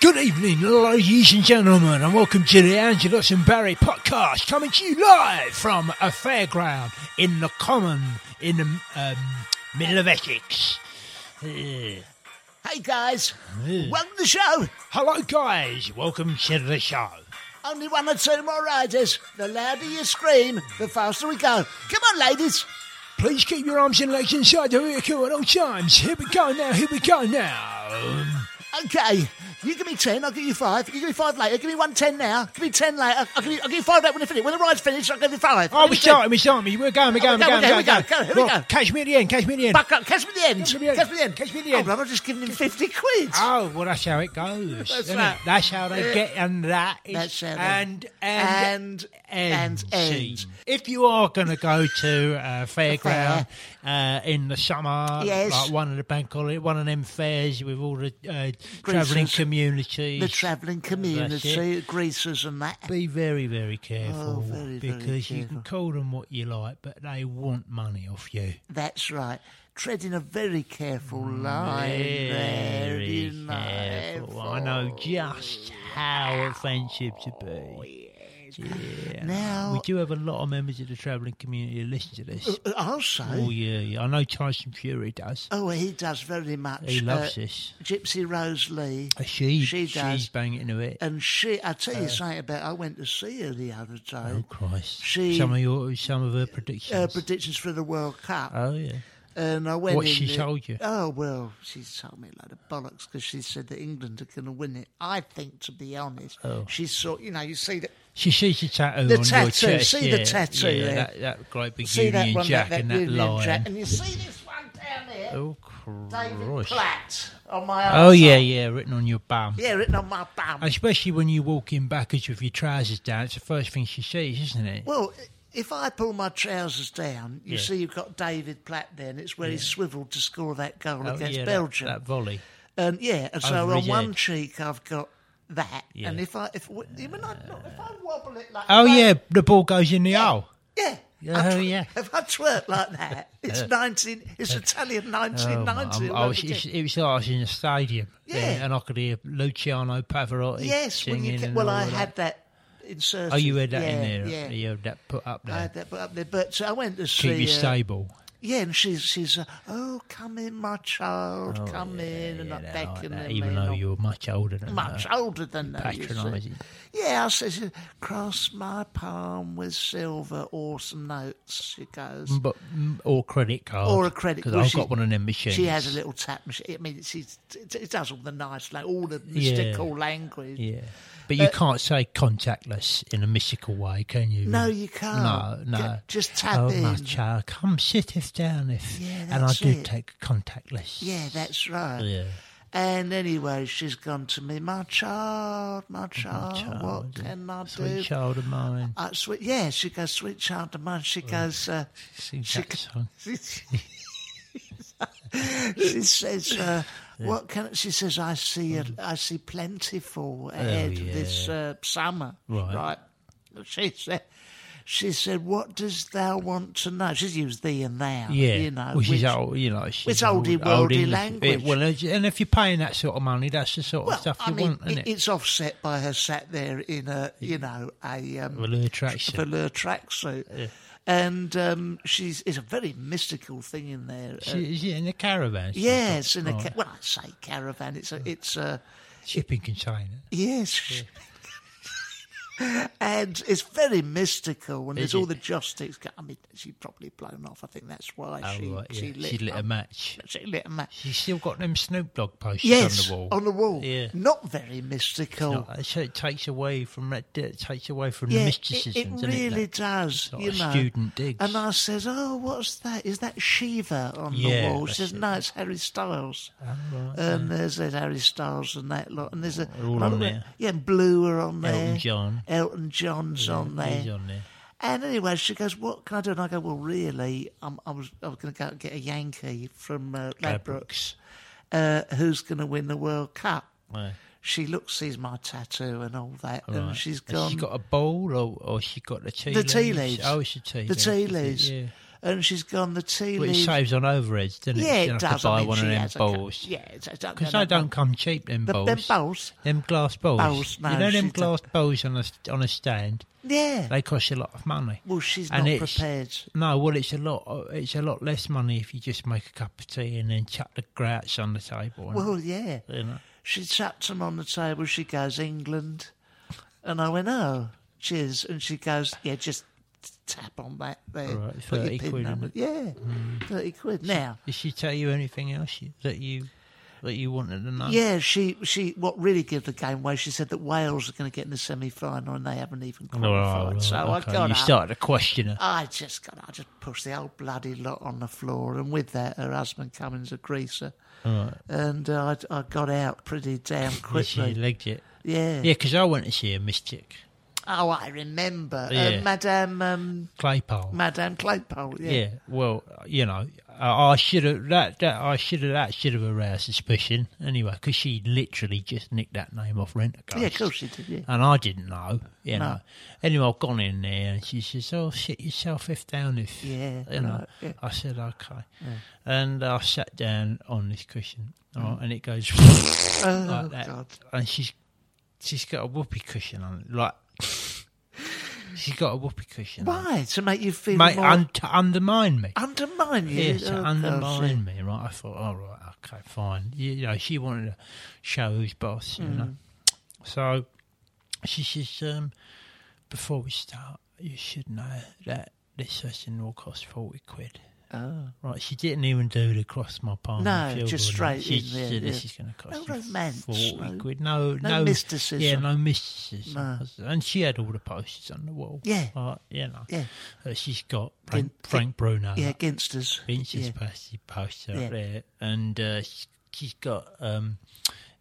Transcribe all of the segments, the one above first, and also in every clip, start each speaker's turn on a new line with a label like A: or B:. A: Good evening, ladies and gentlemen, and welcome to the Angelus and Barry podcast, coming to you live from a fairground in the Common in the um, middle of Essex. Eh.
B: Hey guys,
A: Yeah.
B: welcome to the show.
A: Hello, guys. Welcome to the show.
B: Only one or two more riders. The louder you scream, the faster we go. Come on, ladies.
A: Please keep your arms and legs inside the vehicle at all times. Here we go now. Here we go now. Um,
B: Okay, you give me ten, I'll give you five. You give me five later, give me one ten now. Give me ten later, I'll give you, I'll give you five later when I finish. When the ride's finished, I'll give you five.
A: oh, we're starting. We're starting. We're going. We're going.
B: Oh,
A: We're
B: we
A: going. We're
B: go, we go, we go,
A: going.
B: go, here we
A: Right,
B: go.
A: Catch me at the end. Catch me at the end.
B: Back up, catch me the end.
A: Catch me the end.
B: Catch me the end.
A: Catch me the end.
B: Oh, I've just given him 50 quid.
A: Oh, well, that's how it goes.
B: That's
A: isn't
B: right.
A: it? that's how they
B: Yeah.
A: get, and that is.
B: That's how they-
A: and, and,
B: and- and
A: ends.
B: ends.
A: If you are going to go to a fairground uh, in the summer,
B: Yes.
A: like one of the bank holiday, one of them fairs with all the uh, travelling
B: Greasers.
A: communities,
B: The travelling community, greasers and that.
A: be very, very careful
B: Oh, very, very
A: because you
B: careful.
A: can call them what you like, but they want money off you.
B: That's right. Treading a very careful line. Very,
A: Mm, careful. I know just how offensive to be. Yeah.
B: Now-
A: we do have a lot of members of the travelling community who listen to this.
B: careful. Also,
A: Oh yeah, yeah. I know Tyson Fury does.
B: Oh, he does very much.
A: He loves
B: uh,
A: this. Uh,
B: Gypsy Rose Lee.
A: She,
B: she
A: she's
B: does. Uh,
A: banging into it.
B: And she, I tell you something about. I went to see her the other day.
A: Oh Christ!
B: she- uh,
A: some of your some of her predictions.
B: Her predictions for the World Cup,
A: oh yeah.
B: and I went.
A: what
B: in
A: she
B: there-
A: told you?
B: Oh well, she told me a load of bollocks because she said that England are going to win it. I think, to be honest,
A: Oh.
B: she saw. You know, you see that.
A: She sees the tattoo
B: The
A: on your
B: tattoo,
A: chest.
B: see
A: yeah,
B: the tattoo
A: yeah,
B: there.
A: That, that great big
B: See
A: Union
B: that one,
A: Jack
B: that,
A: and
B: that
A: that
B: Union
A: lion.
B: Jack, and you see this one down there,
A: Oh
B: David
A: Christ!
B: Platt on my.
A: Oh
B: arsehole.
A: yeah, yeah. Written on your bum.
B: yeah, written on my bum.
A: Especially when you're walking backwards with your trousers down, it's the first thing she sees, isn't it?
B: Well, if I pull my trousers down, you
A: Yeah.
B: see you've got David Platt there, and it's where he swiveled to score that goal
A: Oh,
B: against
A: yeah, that-
B: Belgium.
A: That, volley.
B: And yeah, and so
A: Over
B: on
A: his
B: one
A: head.
B: cheek I've got that,
A: Yeah.
B: and if I if when I, look, if I wobble it like
A: Oh
B: that,
A: yeah, the ball goes in the hole.
B: yeah.
A: Yeah,
B: I
A: oh,
B: tw-
A: yeah.
B: If I twerk like that, it's nineteen. It's Italian
A: Oh,
B: nineteen
A: my-
B: ninety.
A: I'm- I was, it's- it was like I was in a stadium,
B: Yeah.
A: and- and I could hear Luciano Pavarotti.
B: yes, when
A: singing
B: you ca-
A: and
B: well,
A: all
B: I
A: of
B: had that inserted.
A: Oh, you had that in
B: Yeah,
A: there.
B: Yeah,
A: You had that put up there.
B: I had that put up there. But so I went to
A: Keep
B: see
A: you
B: uh,
A: stable.
B: Yeah, and she's she's uh, oh come in, my child, come in, and
A: Oh, Yeah,
B: not
A: that- like
B: beckoning
A: that,
B: me,
A: even though
B: not
A: you're much older than
B: much
A: her.
B: older than that. you see.
A: patronising.
B: Yeah, I says cross my palm with silver or some notes. She goes.
A: But mm, or credit card
B: Or a credit
A: because
B: well,
A: I've
B: she-
A: got one of them machines.
B: She has a little tap machine. I mean, she's, it it does all the nice, like all the mystical language.
A: Yeah. But you can't say contactless in a mystical way, can you?
B: No, you can't.
A: No, no.
B: Ju- just tap
A: oh, my
B: in.
A: child, come sit us down if.
B: Yeah,
A: and I
B: that's
A: do
B: it.
A: take contactless.
B: Yeah, that's right.
A: Yeah.
B: And anyway, she's gone to me, my child, my child,
A: child,
B: Oh, what can I
A: Sweet
B: do
A: child of mine.
B: Uh, sweet, yeah, she goes, sweet child of mine. She
A: Mm.
B: goes, uh,
A: Sing
B: she, uh,
A: that song.
B: she says, uh, what can she says? I see, a, I see plentiful ahead
A: Oh, yeah.
B: this uh, summer,
A: Right.
B: She said, She said, "What does thou want to know?" She's used thee and thou.
A: Yeah,
B: you know,
A: which, is old, you know,
B: which
A: she's
B: oldie worldy
A: oldie-
B: language.
A: well, and if you're paying that sort of money, that's the sort
B: Well,
A: of stuff
B: I
A: you
B: mean,
A: want, isn't
B: it-
A: it?
B: it's offset by her sat there in a, you know, a um,
A: Velour tracksuit.
B: velour tracksuit, and um, she's it's a very mystical thing in there. Uh,
A: She- is it in a oh. caravan? She's
B: yes, in a
A: got-
B: ca-
A: right,
B: well, I say caravan. It's a, it's a,
A: shipping container.
B: yes. And it's very mystical, and there's all
A: it?
B: the joss sticks. go- I mean, she's probably blown off. I think that's why
A: Oh,
B: she,
A: right, yeah.
B: she lit,
A: a
B: up-
A: match.
B: She lit a match.
A: She's still got them Snoop Dogg posters
B: Yes,
A: on the wall. Yeah.
B: Yeah. Not very mystical.
A: No, so it takes away from that. It takes away from
B: Yeah,
A: the
B: it-
A: mysticism.
B: It,
A: doesn't
B: really
A: it?
B: does.
A: like
B: you
A: a
B: know.
A: student digs.
B: And I says, "Oh, what's that? Is that Shiva on
A: Yeah,
B: the wall?" She
A: that's
B: says,
A: it. Oh,
B: "No, it's Harry Styles."
A: right,
B: and there's, there's Harry Styles and that lot, and there's a
A: all
B: and I
A: on
B: look at-
A: there.
B: Yeah, and Blue are on
A: Elton
B: there.
A: John.
B: Elton John's on there.
A: He's on there.
B: And anyway, she goes, "What can I do?" And I go, "Well, really, I'm, I was I was going to go and get a Yankee from uh, Ladbrokes, uh, who's going to win the World Cup."
A: Right.
B: She looks, sees my tattoo and all that, and
A: Oh, Right.
B: she's
A: Has
B: gone.
A: she got a bowl, or, or she got the tea
B: the
A: leaves?
B: tea leaves.
A: Oh, it's the tea
B: The
A: leaves.
B: tea
A: is it?
B: leaves.
A: Yeah.
B: And she's gone. The tea
A: Well, it
B: leaves.
A: saves on overheads, doesn't it?
B: yeah,
A: you
B: it
A: don't have
B: does.
A: to buy
B: I mean,
A: one
B: she
A: of them
B: has a cou-
A: bowls.
B: Yeah, it's, it's,
A: Because they don't come cheap, them
B: The,
A: bowls.
B: them bowls.
A: Them glass bowls.
B: Bowls, no,
A: you know
B: she
A: them
B: don't.
A: glass bowls on a, on a stand?
B: Yeah.
A: They cost a lot of money.
B: well, she's
A: and
B: not
A: it's-
B: prepared.
A: No, well, it's a lot. It's a lot less money if you just make a cup of tea and then chuck the grouts on the table. and-
B: Well, yeah.
A: you know.
B: She tapped them on the table. She goes, England. And I went, oh, cheers. And she goes, yeah, just tap on that there.
A: Right,
B: Put your
A: 30
B: pin
A: quid, isn't
B: number-
A: it? Mm.
B: Yeah, 30 quid. Now,
A: Did she tell you anything else you, that you that you wanted to know?
B: Yeah, she she what really gave the game away. She said that Wales are going to get in the semi final and they haven't even
A: All right,
B: qualified.
A: right,
B: so
A: okay.
B: I got
A: You
B: up.
A: started to question her.
B: I just got I just pushed the old bloody lot on the floor, and with that, her husband Cummins a greaser, uh, and uh, I I got out pretty damn
A: She
B: quickly.
A: legged it.
B: Yeah.
A: Yeah, because I went to see a mystic
B: Oh, I remember,
A: Yeah.
B: uh, Madame um,
A: Claypole.
B: Madame Claypole. Yeah.
A: yeah. well, you know, I, I should have that, that. I should have that should have aroused suspicion anyway, because she literally just nicked that name off rent a
B: Yeah, of course she did. Yeah.
A: And I didn't know, you know. Anyway, I've gone in there and she says, Oh, sit yourself if down if.
B: Yeah,
A: You know,
B: right, yeah.
A: I said, Okay. And I sat down on this cushion, all right, and it goes like that.
B: Mm. Oh, God.
A: And she's she's got a whoopee cushion on it, like. she's got a whoopee cushion. on it.
B: Why to make you feel
A: Mate,
B: more
A: un- to undermine me.
B: undermine you?
A: Yes,
B: Oh,
A: to
B: God,
A: undermine me, right? I thought, all right, okay, fine. You, you know, she wanted to show who's boss, you
B: Mm.
A: know. So she says, um, before we start, you should know that this session will cost 40 quid. Oh. Right, she didn't even do the cross my palm.
B: No,
A: and field
B: just
A: goal.
B: straight
A: She
B: in there,
A: said, This
B: yeah.
A: is going to cost
B: No
A: you
B: romance,
A: 40
B: no-
A: quid. No,
B: no
A: no,
B: mysticism.
A: Yeah, no mysticism.
B: No.
A: And she had all the posters on the wall.
B: Yeah.
A: Right, you know.
B: Yeah.
A: That she's got Frank,
B: Didn't-
A: Frank Bruno.
B: Yeah, against us.
A: Vince's
B: Yeah.
A: pasty poster up
B: Yeah.
A: there, and uh, she's- she's got um,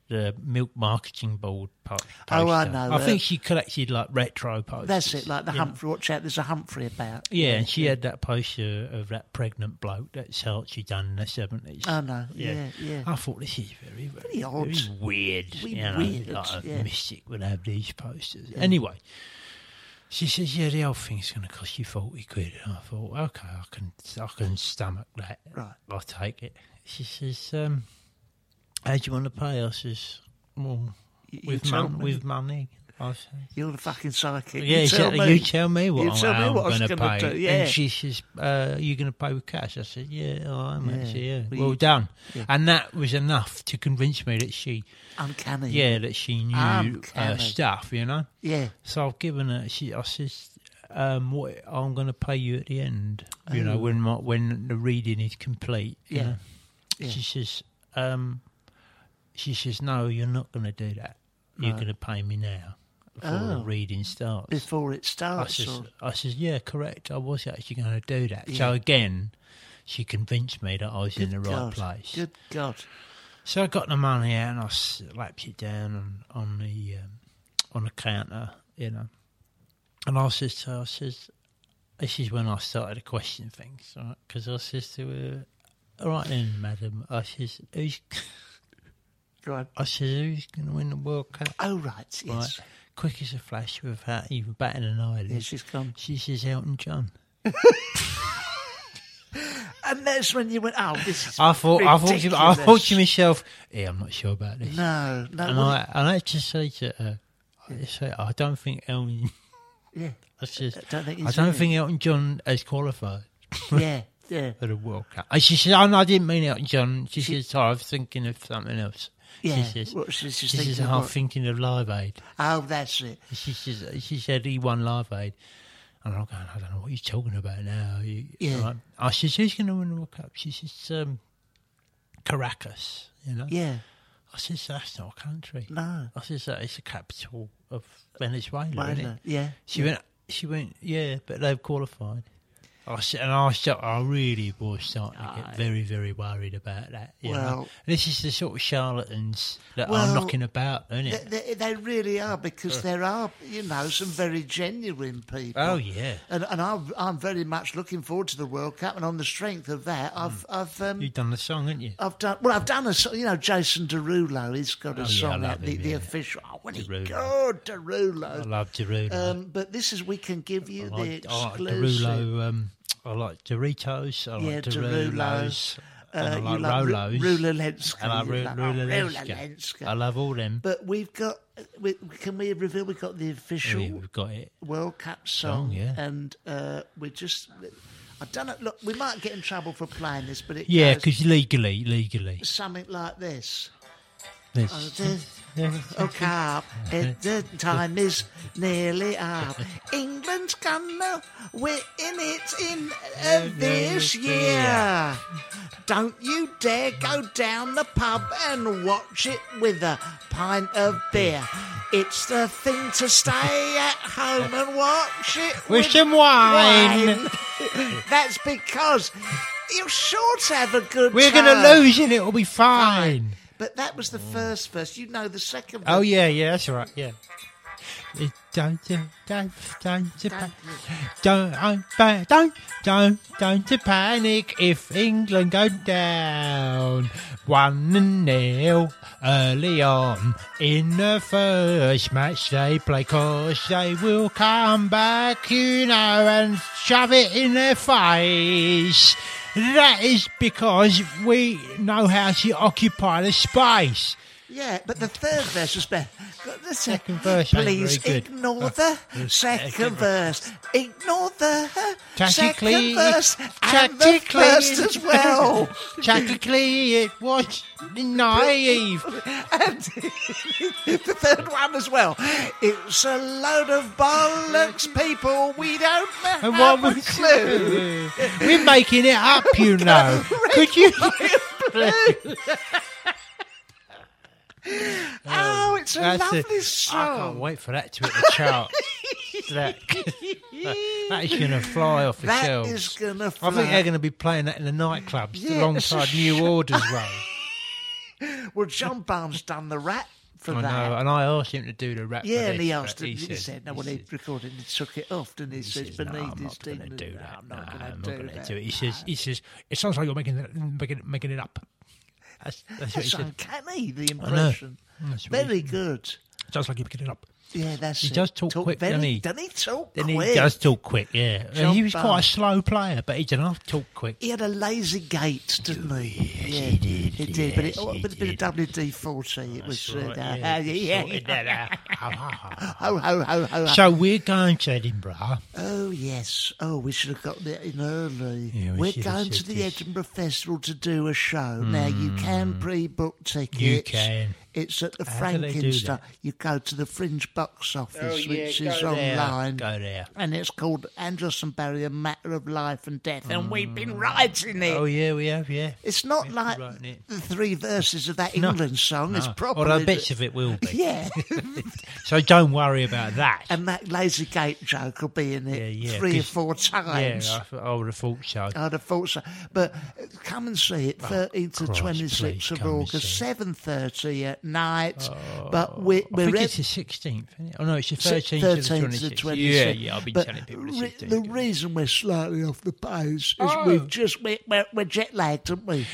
A: the milk marketing board po- poster.
B: Oh, I know
A: I
B: that.
A: think she collected like retro posters.
B: That's it, like the
A: you know.
B: Humphrey. Watch out, there's a Humphrey about.
A: Yeah, and she had that poster of that pregnant bloke that salt she done in the seventies.
B: I know, yeah, yeah.
A: I thought this is very, very,
B: Pretty odd.
A: very weird.
B: We-
A: you know,
B: weird,
A: like a
B: yeah.
A: mystic would have these posters. Anyway, she says, "Yeah, the whole thing's going to cost you forty quid." And I thought, "Okay, I can, I can stomach that.
B: Right.
A: I'll take it." She says, um, "How do you want to pay?" I says, "Well,
B: You- you
A: with,
B: tell
A: mon-
B: me.
A: with money." I said.
B: You're the fucking psychic.
A: Yeah,
B: you tell
A: exactly.
B: me.
A: You tell me what
B: You
A: I'm,
B: tell me what I was
A: going to
B: gonna
A: pay.
B: do, yeah.
A: And she says, uh, are you going to pay with cash? I said, yeah, I am
B: Yeah.
A: actually, yeah.
B: Well,
A: Well,
B: you-
A: done. And that was enough to convince me that she,
B: Uncanny.
A: yeah, that she knew
B: Uncanny.
A: uh, stuff, you know.
B: yeah.
A: So I've given her, she, I says, um, what, I'm going to pay you at the end, you know, when my, when the reading is complete. you
B: Oh. Yeah.
A: know.
B: Yeah.
A: She says, um, she says, no, you're not going to do that. You're going to pay me now before the reading starts.
B: Oh. Before it
A: I
B: starts. Oh,
A: says,
B: or-
A: I says, yeah, correct. I was actually going to do that. So again, she convinced me that I was in the right
B: God.
A: place.
B: Good God.
A: So I got the money out and I slapped it down on, on the um, on the counter, you know. And I says to her, I says, this is when I started to question things, right? Because I says to her, all right then, madam, I says, who's,
B: Right.
A: I says, who's going to win the World Cup?
B: Oh, right. Yes.
A: Right. quick as a flash without even batting an eyelid.
B: Yeah, she's gone.
A: She says Elton John.
B: And that's when you went, oh, this is.
A: I thought, I thought, to, I
B: ridiculous."
A: thought to myself, yeah, I'm not sure about this.
B: No, no.
A: and
B: well,
A: I, and I had to say to her, I, had to say, I don't think Elton.
B: yeah,
A: I, says, I
B: don't think
A: don't,
B: he's in it."
A: think Elton John is qualified
B: yeah, yeah.
A: for the World Cup. And she said, oh, no, I didn't mean Elton John. She, says, sorry, I was thinking of something else.
B: Yeah,
A: She says,
B: well, she's just
A: she says,
B: thinking
A: "Oh, I'm
B: what-
A: thinking of Live Aid.
B: Oh, that's it.
A: She says, she said he won Live Aid. And I'm going, I don't know what you're talking about now. You,
B: Yeah.
A: Right. I says, who's going to win the World Cup? She says, um, Caracas, you know?
B: Yeah,
A: I says, that's not a country.
B: no.
A: I says, that is the capital of Venezuela, isn't
B: Minor,
A: it?
B: yeah.
A: She went, she went, yeah, but they've qualified. I said, and I, start, I really was starting to get very, very worried about that. You know?
B: Well-
A: This is the sort of charlatans that are
B: Well,
A: knocking about, isn't it?
B: They, they, they really are because
A: Uh.
B: there are, you know, some very genuine people.
A: oh, yeah.
B: And, and I'm, I'm very much looking forward to the World Cup. And on the strength of that, I've, I've, um,
A: You've done the song, haven't Mm. you?
B: I've done well. I've done a song. You know, Jason Derulo. He's got a
A: Oh, yeah, I
B: song.
A: love
B: out, the,
A: him,
B: the
A: yeah.
B: official. Oh, when he
A: Derulo.
B: good
A: I
B: Derulo.
A: love Derulo.
B: Uh, Um, but this is we can give you
A: I
B: the
A: like, I like
B: exclusive.
A: Derulo. Um, I like Doritos. I
B: Yeah,
A: like Derulos.
B: Derulos.
A: and I
B: Uh,
A: like,
B: you like Ru-
A: Rolos.
B: Rulolenska,
A: I like
B: you
A: Ru-
B: like- oh,
A: Rulolenska.
B: Rulolenska.
A: I love all them.
B: But we've got. We, can we reveal we've got the
A: Oh, Yeah,
B: official
A: We've got it.
B: World Cup song?
A: yeah.
B: And uh, we just. I don't know. Look, we might get in trouble for playing this, but it
A: Yeah,
B: goes
A: because legally, legally.
B: something like this. Oh,
A: There's,
B: this- Oh, Carl, it, the time is nearly up. England's gonna win it in uh, this year. Don't you dare go down the pub and watch it with a pint of beer. It's the thing to stay at home and watch it
A: With
B: with
A: some wine.
B: That's because you're sure to have a good
A: We're
B: time.
A: going to lose and it'll be fine.
B: But that was the first verse. You know the second
A: Oh,
B: verse.
A: yeah, yeah, that's all right, yeah. It Don't, don't, don't, don't, to pa- don't, don't, pa- don't, don't, don't to panic if England go down one and nil early on in the first match they play, 'cause they will come back, you know, and shove it in their face. That is because we know how to occupy the space.
B: Yeah, but the third verse was better. The second
A: verse ain't
B: Please
A: very good.
B: ignore the second verse. Ignore the
A: Tactically,
B: second verse and the
A: tactically-
B: first as well.
A: Technically, it was naive.
B: and the third one as well. It's a load of bollocks, people. We don't have
A: And what
B: a
A: was
B: clue.
A: We're making it up, you know. Could you?
B: Oh, it's a
A: That's
B: lovely
A: it. I can't
B: song.
A: wait for that to hit the chart. that, that is going to fly off the
B: That
A: shelves.
B: is gonna.
A: I think
B: fly.
A: they're going to be playing that in the nightclubs
B: Yeah.
A: alongside New Order's role.
B: Well, John Barnes done the rap for
A: I
B: that.
A: know, and I asked him to do the rap. for
B: Yeah, and
A: this,
B: he
A: but
B: asked him. He said, "No,
A: he
B: well, he
A: said-
B: recorded and took it off, didn't he? So
A: He
B: it's
A: says, "No,
B: beneath
A: I'm
B: his
A: not going to
B: dignity."
A: do
B: No,
A: that.
B: I'm
A: No,
B: not
A: I'm
B: going
A: not
B: to
A: going
B: do
A: to
B: that.
A: do it. He says, he says, it sounds like you're making it, making it, making it up. That's, that's what he
B: That's
A: said.
B: uncanny. The impression.
A: That's what he
B: Very good.
A: Sounds like you're picking it up.
B: Yeah, that's.
A: He
B: it.
A: does talk quick,
B: very,
A: doesn't he?
B: Doesn't he talk
A: Then
B: quick?
A: he does talk quick, yeah. And he was
B: Jump
A: quite a
B: on.
A: slow player, but he did not talk quick.
B: He had a lazy gait, didn't he? yeah, he did. He did, but it,
A: yes, he
B: with a bit of WD forty, it was. uh, uh, yeah,
A: yeah.
B: Ho ho ho ho. ho.
A: so we're going to Edinburgh.
B: Oh yes. Oh, we should have got there in early.
A: Yeah, we
B: We're
A: should have
B: going to
A: said
B: the
A: this.
B: Edinburgh Festival to do a show. Now you can pre-book tickets.
A: Hmm. can.
B: It's at the
A: How do they do
B: Frankenstein.
A: that?
B: You go to the Fringe box office, which is
A: Oh, there.
B: online.
A: Go there.
B: And it's called Andros and Barry, A Matter of Life and Death. And we've been writing it.
A: Hmm. Oh, yeah, we have, yeah.
B: It's not like
A: writing it.
B: the three verses of that England song. It's
A: No.
B: properly.
A: Although bits of it will be.
B: Yeah.
A: So don't worry about that.
B: and that lazy gate joke will be in it
A: Yeah, yeah,
B: three or
A: 'cause-
B: four
A: yeah,
B: times.
A: I, th- I would have thought so.
B: I'd have thought so. But uh, come and see it, 13th to
A: Oh, Christ,
B: 26th
A: please
B: of
A: come and
B: August,
A: see Oh,
B: 7.30 at night. but we,
A: I
B: we're
A: think
B: at
A: it's the 16th, isn't it? Oh, no, it's the 13th,
B: 13th to the
A: 26th.
B: 26th.
A: Yeah, yeah, I've been
B: but
A: telling people the
B: re-
A: 16th.
B: the reason we're slightly off the pace is
A: Oh. Mm,
B: we've just, we're, we're, we're jet lagged, aren't we?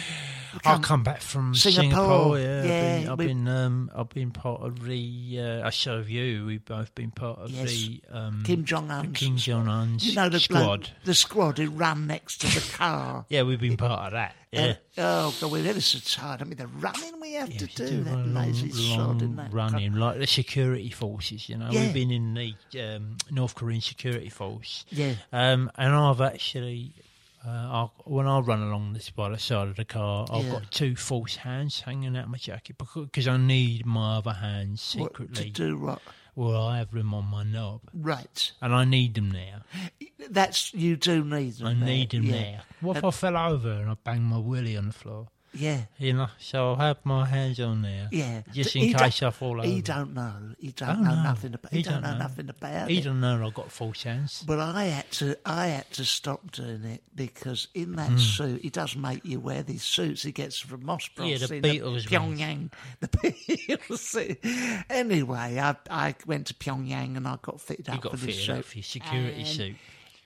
A: I'll come back from Singapore.
B: um, Singapore.
A: yeah, I've been,
B: Yeah,
A: I've
B: we-
A: been, um, I've been part of the. Uh, I show you. We've both been part of
B: Yes.
A: the um,
B: Kim Jong Un.
A: Kim Jong Un's
B: You know the
A: squad.
B: bloke- the squad who ran next to the car.
A: Yeah, we've been part of that. Yeah,
B: And- oh God, we're ever so tired. I mean, the running we have to
A: If you
B: do,
A: do
B: that
A: run
B: lazy sod in that.
A: running like the security forces. You know,
B: Yeah.
A: we've been in the um, North Korean security force.
B: Yeah.
A: um, and I've actually. Uh, I'll, when I run along this by the side of the car, I've
B: Yeah.
A: got two false hands hanging out my jacket because I need my other hand
B: What, to
A: secretly.
B: do what?
A: Well, I have them on my knob,
B: Right.
A: and I need them now.
B: That's you do need them.
A: I
B: there.
A: need them
B: yeah.
A: now. What if I fell over and I banged my willy on the floor?
B: Yeah.
A: You know, so I'll have my hands on there.
B: Yeah,
A: Just
B: He
A: in
B: don't-
A: case I fall over.
B: He don't know. He don't,
A: Don't
B: know,
A: know.
B: nothing about. He,
A: He
B: don't
A: don't
B: know,
A: know.
B: nothing about
A: He
B: it.
A: don't know I've got false hands.
B: But I had to, I had to stop doing it because in that
A: Hmm.
B: suit, he does make you wear these suits he gets from Moss Bros
A: Yeah, the
B: in
A: Beatles ones.
B: Pyongyang. The Beatles. anyway, I, I went to Pyongyang and I got fitted
A: You
B: up
A: got
B: with this
A: fitted
B: suit.
A: up for your security suit.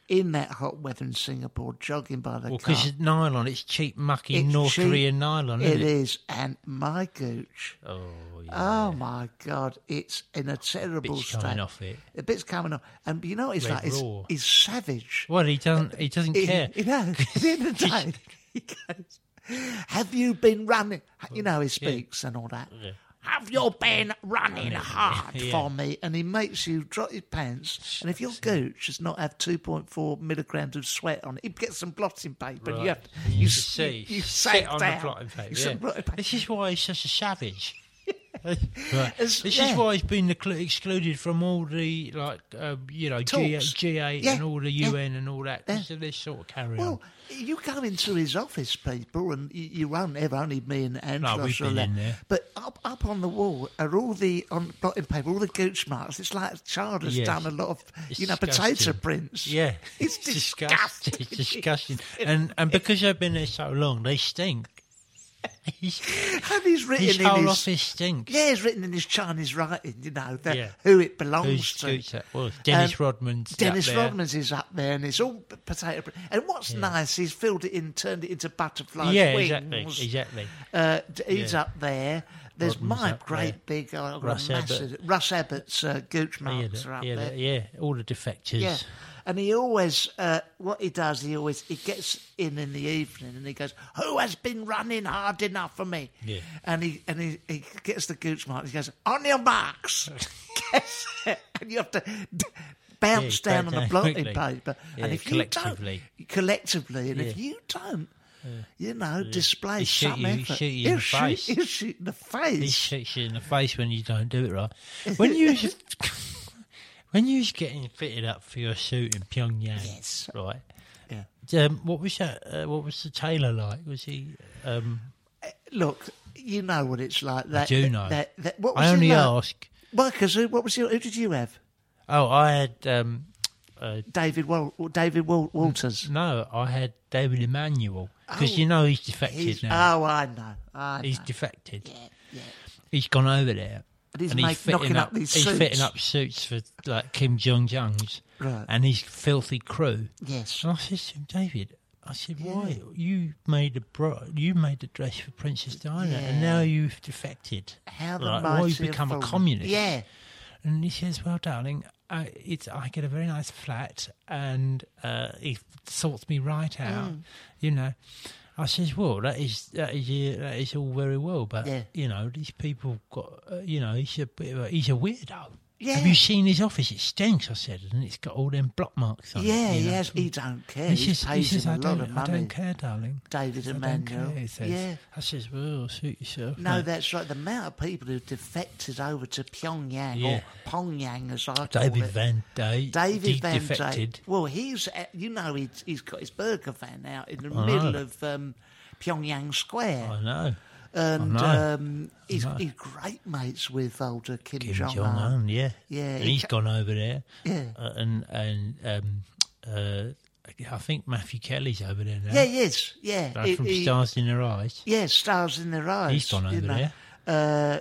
B: in that hot weather in Singapore, jogging by the
A: Well,
B: car.
A: because it's nylon, it's cheap, mucky
B: It's
A: North
B: cheap.
A: Korean nylon,
B: It
A: isn't it?
B: is, and my gooch.
A: Oh, yeah.
B: Oh my god, it's in a terrible
A: Bit's
B: state.
A: coming off it.
B: The bit's coming off, and you know what it's
A: Red
B: like it's,
A: raw.
B: it's savage.
A: Well, he doesn't. He doesn't
B: He-
A: care.
B: he- You know, at the end of the day, he goes, "Have you been running?" You know, he speaks and all that. Have you been running hard
A: Yeah.
B: for me? And he makes you drop your pants. And if your gooch does not have two point four milligrams of sweat on it, he gets some blotting paper. And you have you,
A: you
B: s-
A: see,
B: you, you
A: sit
B: sit
A: on
B: down.
A: the blotting paper.
B: You sit on
A: yeah.
B: blotting paper.
A: This is why he's such a savage. Right.
B: It's-
A: This
B: yeah.
A: is why he's been exclu- excluded from all the like, uh, you know, G-
B: Talks.
A: G8
B: Yeah,
A: and all the
B: yeah.
A: UN and all that. So this sort of carry on.
B: Well, you come into his office, people, and you, you won't ever only me and Angela.
A: we've been in there.
B: But up, up on the wall are all the on blotting paper, all the gooch marks. It's like a child has
A: Yes.
B: done a lot of,
A: It's
B: you know, potato
A: disgusting.
B: prints.
A: Yeah,
B: it's disgusting.
A: It's disgusting, and and because they've been there so long, they stink. His,
B: And he's written
A: his
B: in
A: whole
B: his
A: office stinks.
B: yeah, he's written in his Chinese writing. You know the,
A: Yeah.
B: who it belongs
A: Whose
B: to.
A: scoots that was? Dennis
B: Um,
A: Rodman's. up
B: Dennis
A: there.
B: Rodman's is up there, and it's all p- potato. pr- And what's nice, he's filled it in, turned it into butterfly
A: Yeah,
B: wings.
A: exactly, exactly.
B: Uh, d- he's
A: Yeah.
B: up there. There's
A: Rodman's
B: my
A: up
B: great
A: there.
B: big oh, I've got
A: Russ
B: a massive, Russ Abbott's uh, gooch
A: Yeah,
B: marks are
A: the,
B: up
A: yeah,
B: there.
A: the, yeah, all the defectors.
B: Yeah. And he always, uh, what he does, he always, he gets in in the evening and he goes, who has been running hard enough for me?
A: Yeah.
B: And he, and he, he gets the gooch marks. He goes, on your marks. Gets it. and you have to d- bounce
A: Yeah,
B: down
A: go
B: on the
A: down
B: blotting
A: quickly.
B: paper.
A: Yeah,
B: and if
A: collectively.
B: you don't, collectively, and if
A: Yeah.
B: you don't, you know, display
A: He'll shoot
B: some
A: you- he'll
B: effort.
A: shoot you in
B: he'll
A: the
B: shoot,
A: face.
B: He'll shoot in the
A: He
B: face.
A: shoots you in the face when you don't do it right. When you was- when you was getting fitted up for your suit in Pyongyang,
B: Yes.
A: right?
B: Yeah.
A: Um, what was that? Uh, what was the tailor like? Was he? Um,
B: Look, you know what it's like. That,
A: do know.
B: That, that, what was
A: I
B: it
A: only
B: like?
A: ask.
B: Well, because uh, what was your? Who did you have?
A: Oh, I had um, uh,
B: David Wal- David Wal- Walters.
A: no, I had David Emmanuel because
B: Oh,
A: you know he's defected
B: He's,
A: now.
B: oh, I know. I
A: he's
B: know.
A: defected.
B: yeah, yeah.
A: He's gone over there.
B: And he's make- knocking up these
A: he's
B: suits.
A: fitting up suits for like Kim Jong Un's
B: Right.
A: and his filthy crew.
B: Yes.
A: And I said to him, David, I said, why you made a bro- you made a dress for Princess Diana, and now you've defected.
B: How the
A: like,
B: mighty
A: why you've
B: have
A: become a
B: fallen.
A: communist?
B: Yeah.
A: And he says, "Well, darling, I, it's I get a very nice flat, and uh, it sorts me right
B: Mm.
A: out, you know." I says, "Well, that is that is yeah, that is all very well, but
B: Yeah.
A: you know these people got uh, you know he's a bit of a, he's a weirdo."
B: Yeah.
A: Have you seen his office? It stinks, I said, and it's got all them block marks on
B: Yeah,
A: it. you know.
B: yes, he don't care.
A: He
B: He's,
A: says, he
B: paid
A: says I,
B: him a lot
A: don't,
B: of
A: I
B: money.
A: don't care, darling.
B: David
A: I don't care,
B: Emmanuel.
A: he says.
B: Yeah.
A: I says, well, suit yourself.
B: No,
A: mate."
B: that's right. The amount of people who defected over to Pyongyang
A: Yeah.
B: or Pyongyang, as I call
A: David
B: it.
A: Van Dyke.
B: David
A: he
B: Van
A: defected.
B: Dyke. Well, he's at, you know he's, he's got his burger van out in the middle of um, Pyongyang Square.
A: I know.
B: And
A: know.
B: um, he's, he's great mates with older Kim,
A: Kim
B: Jong
A: Jong
B: Un.
A: Un, yeah,
B: Yeah,
A: and
B: he
A: he's
B: ca-
A: gone over there,
B: Yeah.
A: Uh, and and um, uh, I think Matthew Kelly's over there now.
B: Yeah, he is. Yeah,
A: Like
B: He-
A: from
B: he-
A: Stars in Their Eyes.
B: Yeah, stars in their eyes.
A: He's gone
B: you
A: over
B: know.
A: there.
B: Uh,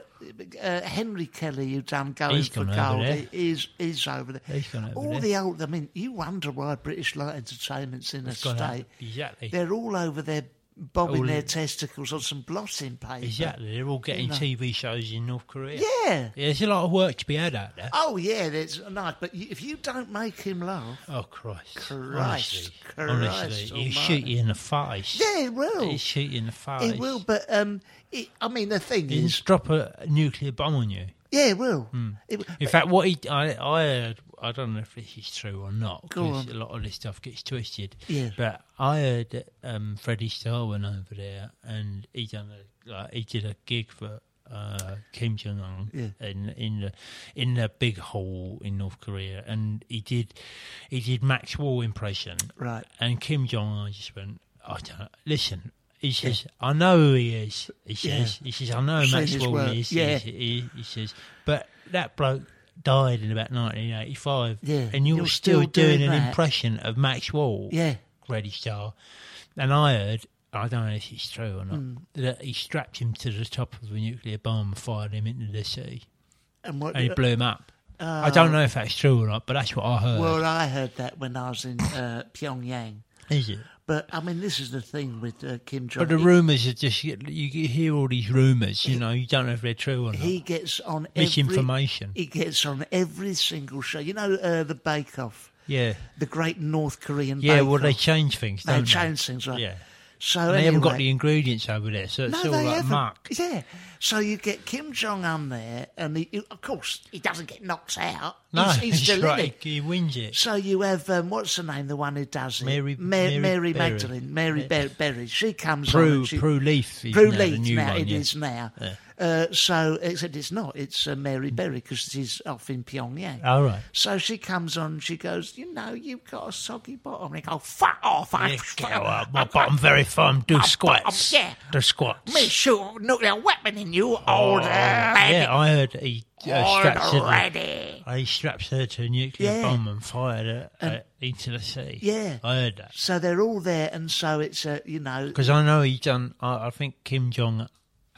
B: uh, Henry Kelly, who done going
A: He's
B: for
A: gone over
B: gold,
A: there.
B: is is over there.
A: He's gone over
B: all
A: there.
B: the old. I mean, you wonder why British light entertainment's in a
A: gone
B: state.
A: over- exactly.
B: They're all over their bobbing
A: All-
B: their testicles on some blotting paper.
A: Exactly. They're all getting TV shows in North Korea.
B: Yeah.
A: Yeah, there's a lot of work to be had out there.
B: Oh yeah, that's nice. But y- if you don't make him laugh,
A: Oh, Christ.
B: Christ,
A: Honestly.
B: Christ
A: Honestly, he'll
B: almighty.
A: shoot you in the face.
B: yeah, it will.
A: He'll shoot you in the face.
B: It will. But um, it, I mean, the thing
A: He'll
B: is,
A: just drop a nuclear bomb on you.
B: yeah, it will.
A: Hmm.
B: It will.
A: In fact, what he, I, I heard, I don't know if this is true or not,
B: Go
A: because a
B: on.
A: lot of this stuff gets twisted.
B: Yeah.
A: But I heard that um, Freddie Starr went over there and he done a, like, he did a gig for uh, Kim Jong Un
B: Yeah.
A: in in the in the big hall in North Korea, and he did he did Max Wall impression.
B: Right.
A: And Kim Jong Un just went, I don't listen. He says, "I know who he is." He says, "He says I know
B: Seen
A: Max
B: his
A: Wall
B: work,
A: is."
B: yeah.
A: He, he, he says, but that bloke died in about 1985,
B: Yeah,
A: and you're,
B: you're
A: still,
B: still
A: doing,
B: doing
A: an
B: that.
A: impression of Max Wall,
B: Yeah.
A: Reddy Star. And I heard, I don't know if it's true or not,
B: Hmm.
A: that he strapped him to the top of a nuclear bomb and fired him into the sea,
B: And what? uh,
A: and he blew him up. I don't know if that's true or not, but that's what I heard.
B: well, I heard that when I was in uh, Pyongyang.
A: is it?
B: But I mean, this is the thing with uh, Kim Jong.
A: But the rumours are just, you you hear all these rumours, you know, you don't know if they're true or not.
B: he gets on every-
A: Misinformation.
B: he gets on every single show. You know uh, the Bake Off,
A: yeah.
B: the Great North Korean.
A: Yeah,
B: Bake
A: well, they
B: Off.
A: change things,
B: They
A: don't
B: change things, right?
A: Yeah.
B: So
A: And they haven't got
B: anyway-
A: the ingredients over there, so it's all
B: they
A: like
B: haven't.
A: muck.
B: Yeah. So you get Kim Jong Un there, and he, he- of course he doesn't get knocked out.
A: No,
B: he's, he's
A: that's
B: still in
A: right.
B: it.
A: He wins it.
B: So you have um, what's her name, the one who does it,
A: Mary-
B: Ma-
A: Mary
B: Mary,
A: Berry.
B: Magdalene, Mary Ber- Berry. She comes on.
A: Prue,
B: and she-
A: Prue Leaf is
B: Prue
A: now the
B: Leith
A: new
B: now,
A: one.
B: it
A: yeah.
B: is now. Uh, so, except it's not, it's uh, Mary Berry because she's off in Pyongyang.
A: All Oh, right.
B: So she comes on, she goes, You know, you've got a soggy bottom. And I go, Fuck off, I
A: Yeah, go up. My bottom very firm. Do squats.
B: yeah.
A: Do squats.
B: me shoot a nuclear weapon in you, old lady.
A: Oh, Yeah, oh, I heard he uh,
B: old
A: straps her. to-
B: lady.
A: He straps her to a nuclear
B: Yeah. Um,
A: bomb and fired her uh, into the sea.
B: Yeah.
A: I heard that
B: So they're all there, and so it's a, you know,
A: because I know he done. I, I think Kim Jong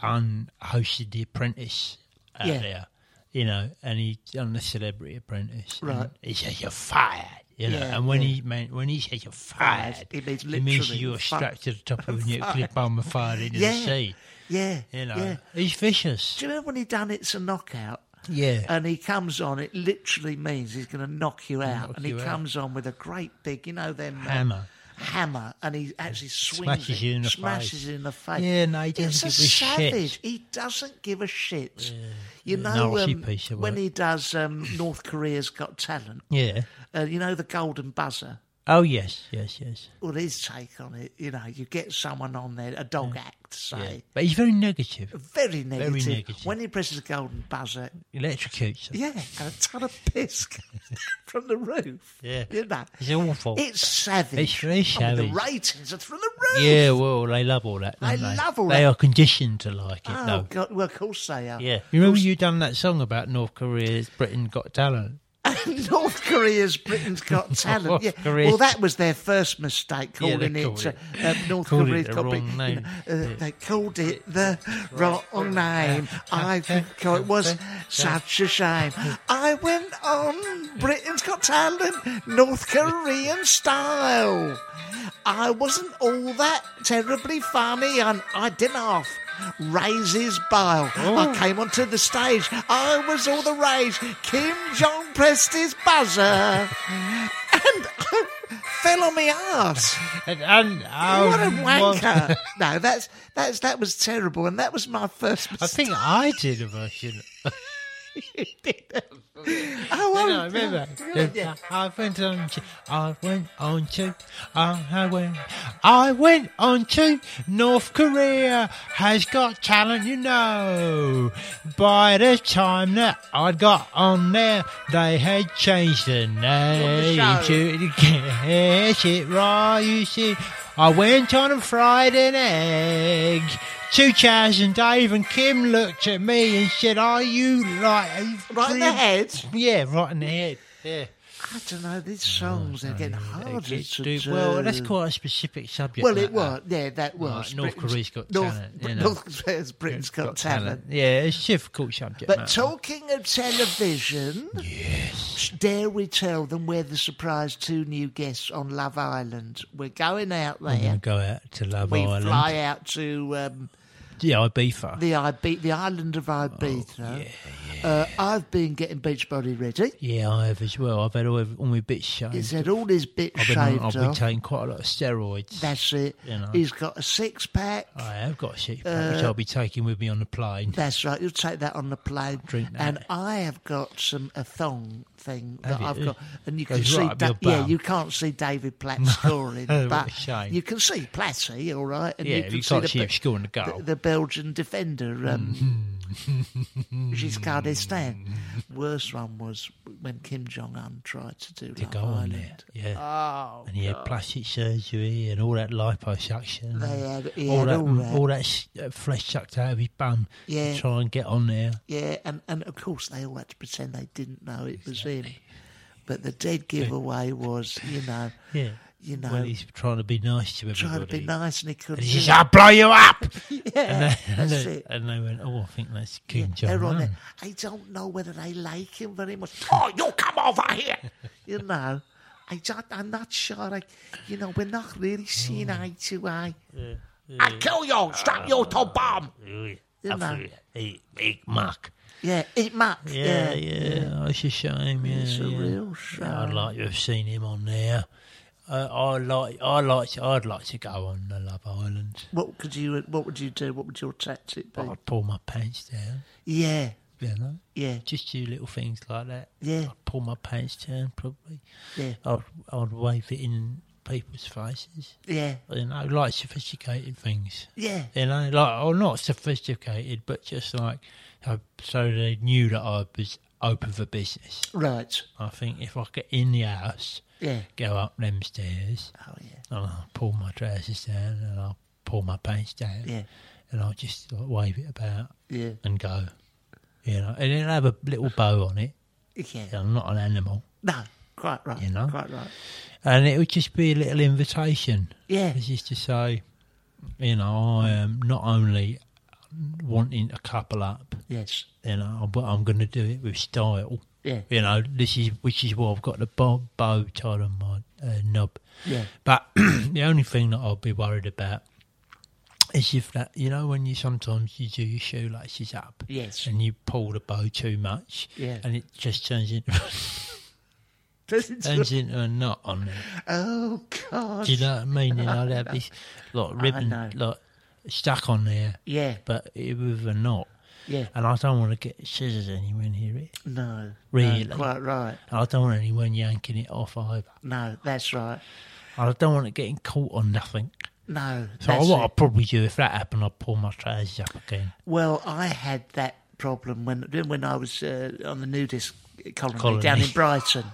A: Un hosted The Apprentice out
B: Yeah.
A: there, you know, and he done the Celebrity Apprentice. and
B: Right.
A: he says you're fired. You know,
B: Yeah,
A: and when he meant when he says you're fired,
B: Fired, it means literally
A: you're
B: fi-
A: strapped to the top of a nuclear bomb and fired into the
B: Yeah.
A: sea.
B: yeah.
A: You know,
B: yeah.
A: he's vicious.
B: Do you remember when he done It's a Knockout?
A: Yeah,
B: and he comes on, it literally means he's going to knock you out.
A: Knock
B: and he
A: you out.
B: comes on with a great big, you know, them uh,
A: Hammer.
B: hammer, and he actually swings
A: Smashes
B: it,
A: you in the
B: smashes
A: face.
B: you in the face.
A: Yeah, no, he
B: It's
A: doesn't
B: a
A: give a shit.
B: savage. He doesn't give a shit. You
A: Yeah,
B: know,
A: nasty
B: um,
A: piece of
B: when
A: work.
B: he does um, North Korea's Got Talent,
A: yeah.
B: uh, you know, the golden buzzer.
A: Oh yes, yes, yes.
B: Well, his take on it, you know, you get someone on there, a dog act, say.
A: But he's very negative.
B: Very negative.
A: negative.
B: When he presses the golden buzzer,
A: Electrocutes. him.
B: Yeah, and a ton of piss comes from the roof.
A: Yeah.
B: You know.
A: It's awful.
B: It's savage.
A: It's very
B: I mean, the
A: savage.
B: ratings are through the roof.
A: yeah, well, they love all that.
B: They
A: don't they
B: love all
A: They
B: that.
A: are conditioned to like it,
B: Oh,
A: though.
B: God. Well, of course they are.
A: Yeah. You remember you done that song about North Korea's Britain Got Talent?
B: North Korea's Britain's Got
A: North
B: Talent. yeah.
A: Korea's-
B: Well, that was their first mistake,
A: Yeah,
B: calling
A: they
B: it,
A: called it-
B: uh, um, North
A: called it
B: Korea's
A: the
B: Got
A: wrong
B: Britain. you
A: name.
B: know, uh, They called it the wrong name. I think it was such a shame. I went on Britain's Got Talent, North Korean style. I wasn't all that terribly funny, and I did half. Raise his bile.
A: Oh.
B: I came onto the stage. I was all the rage. Kim Jong pressed his buzzer, and I fell on my ass.
A: And, and oh,
B: what a
A: my-
B: wanker! no, that's that's that was terrible, and that was my first.
A: I
B: Mistake.
A: think I did a version.
B: Oh,
A: I
B: I
A: know, I remember.
B: Yeah.
A: I went on to, I went on to, I went, I went on to North Korea has got talent, you know. By the time that I got on there, they had changed the name
B: show.
A: to get it right, you see. I went on and fried an egg. Two Chaz and Dave and Kim looked at me and said, Are you like a
B: Right in the
A: freak?"
B: head.
A: Yeah, right in the head. Yeah.
B: I don't know. These songs they're getting harder
A: It's
B: to
A: do-
B: do.
A: well, that's quite a specific subject.
B: Well,
A: that, uh,
B: it was. Yeah, that was.
A: Like North
B: Britain's-
A: Korea's Got
B: North,
A: Talent,
B: Br-
A: you know.
B: North Korea's Britain's
A: uh,
B: Got, Talent.
A: Yeah, it's a difficult subject.
B: But
A: matter.
B: talking of television, yes. dare we tell them we're the surprise two new guests on Love Island? We're going out
A: I
B: there.
A: go out to Love
B: we
A: Island.
B: fly out to um,
A: Yeah, Ibiza.
B: the Ibi- the island of
A: Oh,
B: Ibiza. Uh, I've been getting Beachbody ready.
A: yeah, I have as well. I've had all, all my bits
B: He's
A: shaved.
B: had all his bits
A: I've been, on-
B: shaved
A: I've been
B: off.
A: taking quite a lot of steroids.
B: That's it.
A: You know.
B: He's got a six pack.
A: I have got a six pack,
B: Uh,
A: which I'll be taking with me on the plane.
B: That's right. You'll take that on the plane.
A: Drink that.
B: And I have got some a thong thing that
A: Have you?
B: I've got, and you
A: Goes
B: can see.
A: right up your
B: yeah,
A: bum.
B: you can't see David Platt scoring,
A: What a
B: but
A: shame.
B: you can see Platty, all right. And
A: Yeah,
B: you
A: you
B: can see
A: can't
B: the,
A: see him
B: Be-
A: scoring the goal.
B: The, the Belgian defender, um, Giscard d'Estaing. Worst one was when Kim Jong Un tried to do
A: to
B: Love
A: go on there.
B: Island.
A: Yeah.
B: Oh,
A: and he had plastic surgery and all that liposuction.
B: They had- he
A: all
B: had
A: that,
B: all that.
A: all that sh- uh, flesh chucked out of his bum
B: Yeah.
A: to try and get on there.
B: Yeah, and, and of course they all had to pretend they didn't know it was him. But the dead giveaway was, you know,
A: Yeah.
B: you know,
A: Well, he's trying to be nice to everybody.
B: trying to be nice and he couldn't.
A: And
B: do
A: he
B: it.
A: says, I'll blow you up!
B: yeah,
A: and,
B: that's
A: they,
B: it.
A: and they went, oh, I think that's King
B: They're
A: John.
B: on it. I don't know whether they like him very much. Oh, you come over here. you know, I don't, I'm not sure. I, you know, we're not really seeing
A: Oh.
B: eye to eye.
C: I kill you, strap you to bomb.
B: You know,
A: Eat, eat muck.
B: yeah, eat muck.
A: Yeah, yeah,
B: Yeah,
A: Oh, it's a shame. Yeah,
B: It's a
A: yeah.
B: real
A: Yeah, I'd like to have seen him on there. Uh, I like, I like, to, I'd like to go on the Love Island.
B: What could you? What would you do? What would your tactic be?
A: I'd pull my pants down,
B: Yeah,
A: you know,
B: yeah,
A: just do little things like that.
B: Yeah.
A: I'd pull my pants down, probably.
B: yeah,
A: I'd, I'd wave it in people's faces.
B: yeah,
A: You know, like sophisticated things.
B: yeah.
A: You know, like or not sophisticated, but just like so, so they knew that I was open for business.
B: Right.
A: I think if I get in the house,
B: Yeah.
A: go up them stairs,
B: Oh yeah.
A: and I'll pull my trousers down, and I'll pull my pants down,
B: Yeah.
A: and I'll just like, wave it about
B: Yeah.
A: and go, you know, and it'll have a little bow on it.
B: Yeah.
A: I'm not an animal,
B: No. Quite right.
A: You know?
B: Quite right.
A: and it would just be a little invitation.
B: Yeah.
A: This is to say, you know, I am not only wanting to couple up,
B: Yes.
A: you know, but I'm going to do it with style.
B: Yeah.
A: You know, this is which is why I've got the bow, bow tied on my uh, knob.
B: Yeah.
A: But the only thing that I'll be worried about is if that you know when you sometimes you do your shoelaces up,
B: Yes.
A: and you pull the bow too much,
B: Yeah.
A: and it just turns into turns into a knot on there.
B: oh God.
A: Do you know what I mean? You know, they have this like
B: know.
A: ribbon like stuck on there,
B: Yeah.
A: but it with a knot.
B: Yeah.
A: And I don't want to get scissors anywhere near it.
B: No.
A: Really?
B: No, quite right.
A: And I don't want anyone yanking it off either.
B: No, that's right.
A: And I don't want it getting caught on nothing.
B: No.
A: So
B: that's
A: what
B: it.
A: I'd probably do if that happened, I'd pull my trousers up again.
B: Well, I had that problem when when I was uh, on the nudist colony,
A: Colony.
B: down in Brighton.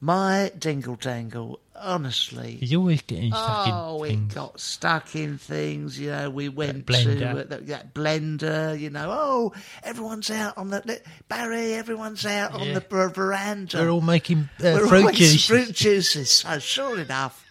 B: My dingle dangle, honestly.
A: He's always getting stuck
B: Oh,
A: in
B: it
A: things.
B: got stuck in things. You know, we went to
A: blender.
B: uh, that, that blender. You know, oh, everyone's out on the let- Barry. Everyone's out on the ver- veranda.
A: We're all making uh,
B: We're
A: fruit
B: always
A: juice.
B: Fruit juices. So sure enough,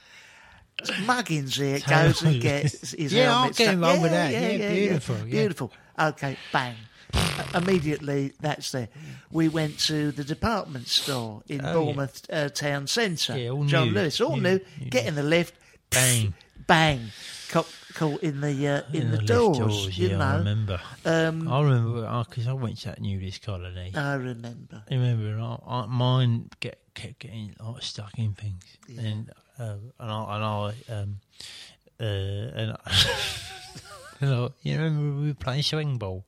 B: Muggins here goes and gets his
A: Yeah, I'll
B: helmet.
A: get
B: stuck.
A: involved with that. Yeah, beautiful, yeah.
B: beautiful. Okay, bang. Uh, Immediately, that's there. We went to the department store in Bournemouth uh, town centre.
A: Oh, Yeah, all
B: John
A: new,
B: Lewis, all
A: new,
B: new.
A: new.
B: Get in the lift.
A: Bang.
B: bang. Caught, caught in the uh, in, the,
A: lift
B: doors. you
A: yeah,
B: know.
A: I remember.
B: Um,
A: I remember because I went to that nudist colony.
B: I remember.
A: I remember, I, I, mine get, kept getting like, stuck in things, and uh, and I and I um, uh, and I, and I, you remember we were playing swing ball.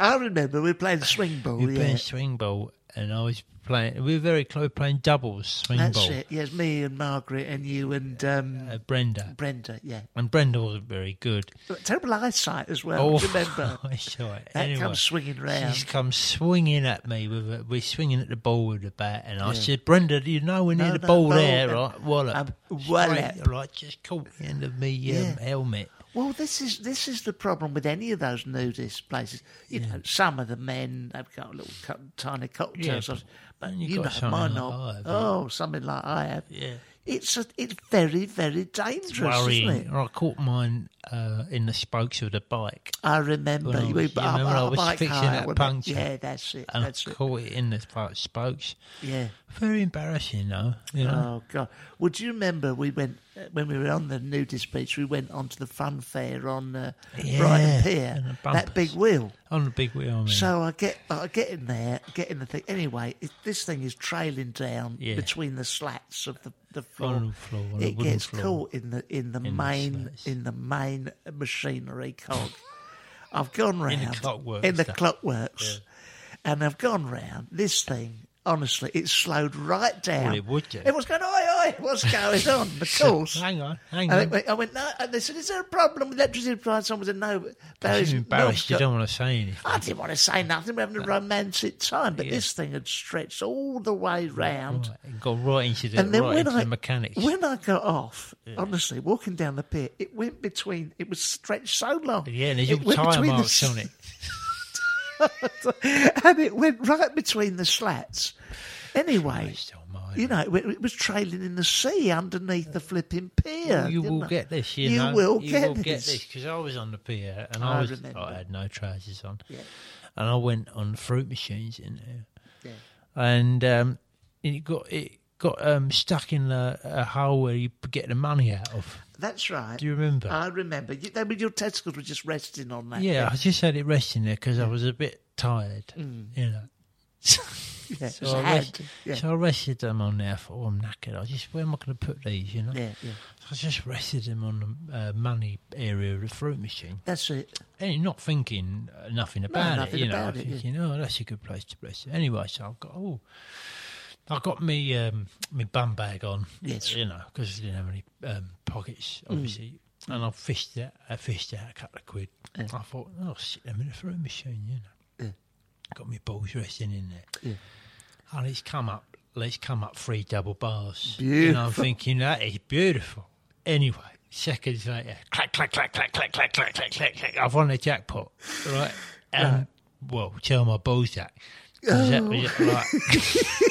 B: I remember we were playing swing ball.
A: We were
B: Oh, yeah.
A: playing swing ball, and I was playing. We were very close playing doubles swing
B: That's
A: ball.
B: it. Yes, me and Margaret and you and um,
A: Uh, Brenda
B: Brenda. Yeah,
A: and Brenda wasn't very good.
B: terrible eyesight as well. Remember
A: I saw it. Oh,
B: that
A: anyway,
B: comes swinging round.
A: She's come swinging at me with a, we're swinging at the ball with the bat, and I said, "Brenda, do you know we're near
B: No,
A: the
B: no,
A: ball
B: ball,
A: there,
B: um,
A: right? Wallop,
B: um,
A: Straight,
B: wallop.
A: right? Just caught the end of me um,
B: Yeah.
A: helmet,
B: Well, this is this is the problem with any of those nudist places. You know, some of the men they've got little co- tiny cocktails,
A: Yeah,
B: on, but
A: you've
B: you know,
A: got
B: mine
A: something like I
B: not.
A: have,
B: oh, something like I have.
A: Yeah.
B: It's a, it's very very dangerous,
A: Worrying.
B: isn't it?
A: I caught mine uh, in the spokes of the bike.
B: I remember
A: When I
B: you
A: was-
B: were
A: you remember I was
B: bike
A: fixing
B: hire,
A: that
B: wasn't it?
A: puncture.
B: Yeah, that's it.
A: And
B: that's
A: I
B: it.
A: caught it in the like, spokes.
B: Yeah.
A: Very embarrassing, though. You know?
B: Oh God! Would you remember we went uh, when we were on the nudist beach? We went onto the fun fair on uh,
A: Yeah,
B: Brighton Pier,
A: and the
B: that big
A: bumpers.
B: wheel.
A: On the big wheel, I mean.
B: So I get I get in there, get in the thing. Anyway, it, this thing is trailing down
A: Yeah.
B: between the slats of the, the floor.
A: On the floor, on the
B: it
A: wooden
B: gets
A: floor.
B: caught in the in the main
A: slats.
B: in the main machinery cog. I've gone round
A: the clockworks,
B: in the
A: that.
B: clockworks, and I've gone round this thing. Honestly, it slowed right down.
A: it would do.
B: It was going, oi, oi, what's going on? Of course.
A: Hang on, hang
B: I
A: on.
B: went, I went, no. And they said, is there a problem with electricity? And someone said, no. Barry's
A: She's embarrassed. You
B: not got-
A: don't want to say anything.
B: I didn't want to say nothing. We're having a romantic time, but this thing had stretched all the way round.
A: Right, and got right into the,
B: And then
A: right
B: when
A: into
B: I
A: the mechanics.
B: when I got off, honestly, walking down the pier, it went between. It was stretched so long.
A: yeah, and there's
B: It
A: all
B: went
A: tire
B: between the
A: marks
B: s-
A: on it.
B: and it went right between the slats. Anyway,
A: almighty.
B: you know, it, went- it was trailing in the sea underneath the flipping pier.
A: you
B: didn't
A: will
B: I?
A: get this. You,
B: You
A: know.
B: will
A: you
B: get
A: will get
B: this.
A: this because I was on the pier and
B: I
A: I, was
B: remember.
A: I had no trousers on,
B: Yeah.
A: and I went on the fruit machines in there,
B: Yeah.
A: and um, it got it got um, stuck in a, a hole where you get the money out of.
B: That's right.
A: Do you remember?
B: I remember. You, they were, your testicles were just resting on that.
A: yeah, I just had it resting there because I was a bit tired.
B: Mm.
A: You know.
B: yeah.
A: So I, rest, so I rested them on there. I thought, oh, I'm knackered. I just, where am I going to put these? You know.
B: Yeah, yeah.
A: So I just rested them on the uh, money area of the fruit machine,
B: That's it.
A: and you're not thinking uh, nothing about
B: nothing
A: it. You know,
B: about it, yeah.
A: thinking, oh, that's a good place to rest it. Anyway, so I've got oh, I got me um, my bum bag on.
B: Yes. Mm.
A: You know, because I didn't have any um, pockets, obviously. And I fished out, I fished out a couple of quid. I thought, oh, I'll sit them in the fruit machine, you know. Got my balls resting in there. And it's come up, let's come up three double bars. And I'm
B: Beautiful.
A: thinking, that is beautiful. Anyway, seconds later, clack, clack, clack, clack, clack, clack, clack, clack, clack, clack. I've won the jackpot, right? And, well, tell my balls that. Is that- is that right?
B: Oh.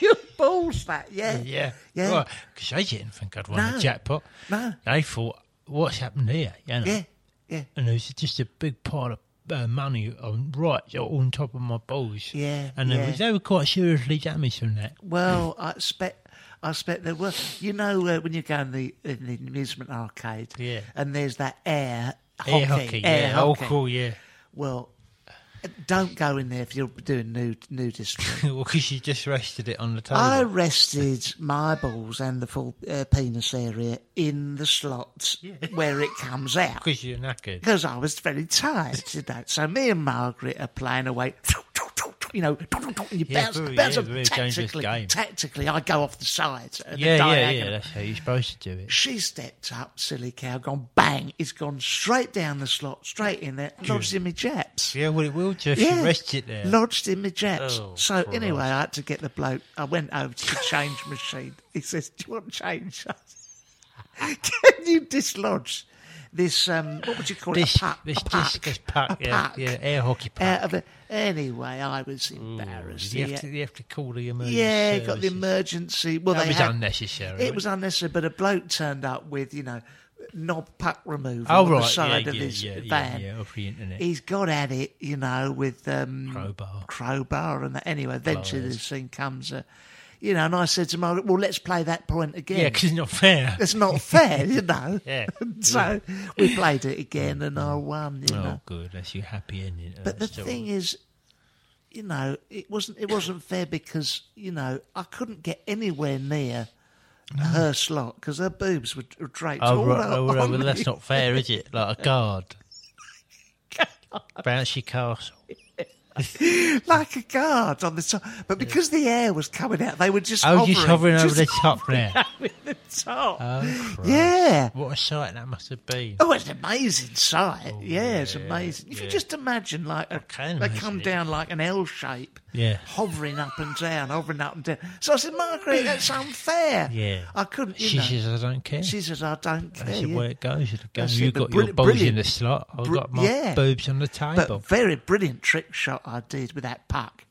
B: your balls that, yeah.
A: Yeah,
B: Yeah.
A: Because they didn't think I'd won
B: No.
A: the jackpot.
B: No.
A: They thought, what's happened here? You know?
B: Yeah, yeah.
A: And there's just a big pile of uh, money on right on top of my balls.
B: Yeah,
A: And They,
B: yeah.
A: was, they were quite seriously damaged from that.
B: Well, I expect. I expect there were. You know, uh, when you go in the, in the amusement arcade,
A: Yeah.
B: and there's that air hockey,
A: Air hockey.
B: air
A: yeah.
B: hockey.
A: Oh, cool. Yeah.
B: Well, don't go in there if you're doing nude nudist.
A: well, because you just rested it on the table.
B: I rested my balls and the full uh, penis area in the slot where it comes out.
A: Because you're knackered.
B: because I was very tired to that. So me and Margaret are playing away. You know, and you
A: Yeah,
B: bounce,
A: very-
B: bounce
A: yeah,
B: up
A: very dangerous
B: tactically.
A: game.
B: Tactically, I go off the side. At
A: Yeah,
B: the
A: yeah,
B: diagonal.
A: yeah. That's how you're supposed to do it.
B: She stepped up, silly cow, gone bang. It's gone straight down the slot, straight in there, lodged in my japs.
A: Yeah, well, it will do if you rest it there.
B: Lodged in my japs.
A: Oh,
B: so
A: Christ.
B: anyway, I had to get the bloke. I went over to the change machine. He says, "Do you want change?" I said, Can you dislodge this? Um, what would you call
A: This,
B: it? A puck.
A: this
B: a puck.
A: discus puck,
B: A
A: yeah,
B: puck.
A: yeah, air hockey puck.
B: Out of it. Anyway, I was embarrassed.
A: you,
B: yeah,
A: have to, you have to call the emergency.
B: yeah got the
A: services.
B: emergency. Well,
A: That
B: they
A: was
B: had,
A: unnecessary.
B: It was unnecessary, but a bloke turned up with you know knob puck removal
A: Oh,
B: on
A: right.
B: the side
A: yeah,
B: of
A: yeah,
B: his
A: yeah,
B: van.
A: Yeah, yeah, off the internet.
B: He's got at it, you know, with um,
A: Crowbar.
B: crowbar and that. Anyway, eventually this thing comes, uh, you know, and I said to Margaret, "Well, let's play that point again."
A: yeah, because it's not fair.
B: it's not fair, you know.
A: Yeah.
B: so we played it again, and I won. You know.
A: Oh, good. That's your happy ending.
B: But the thing is, you know, it wasn't it wasn't fair because you know I couldn't get anywhere near her slot because her boobs were, were draped
A: Oh,
B: all
A: right,
B: over.
A: oh, right, well, that's not fair, is it? Like a guard. Bouncy castle.
B: like a guard on the top. But because the air was coming out, they were just
A: Oh,
B: hovering,
A: just hovering over
B: just
A: the top there.
B: top.
A: Oh, Christ.
B: yeah.
A: What a sight that must have been.
B: Oh, it's an amazing sight. yeah, it's amazing. If you
A: Oh, yeah.
B: just imagine, like, a,
A: can
B: they
A: imagine
B: come
A: it.
B: down like an L shape,
A: Yeah.
B: hovering up and down, hovering up and down. So I said, Margaret, that's unfair.
A: Yeah.
B: I couldn't, you
A: She
B: know.
A: says, I don't care.
B: she says, I don't
A: That's
B: care.
A: the
B: yeah.
A: way it goes. It goes,
B: That's
A: you
B: it,
A: got
B: but
A: your
B: brilli-
A: balls in
B: brilliant.
A: the slot. I've
B: Br-
A: got my
B: yeah.
A: boobs on the
B: But
A: table.
B: very brilliant trick shot I did with that puck.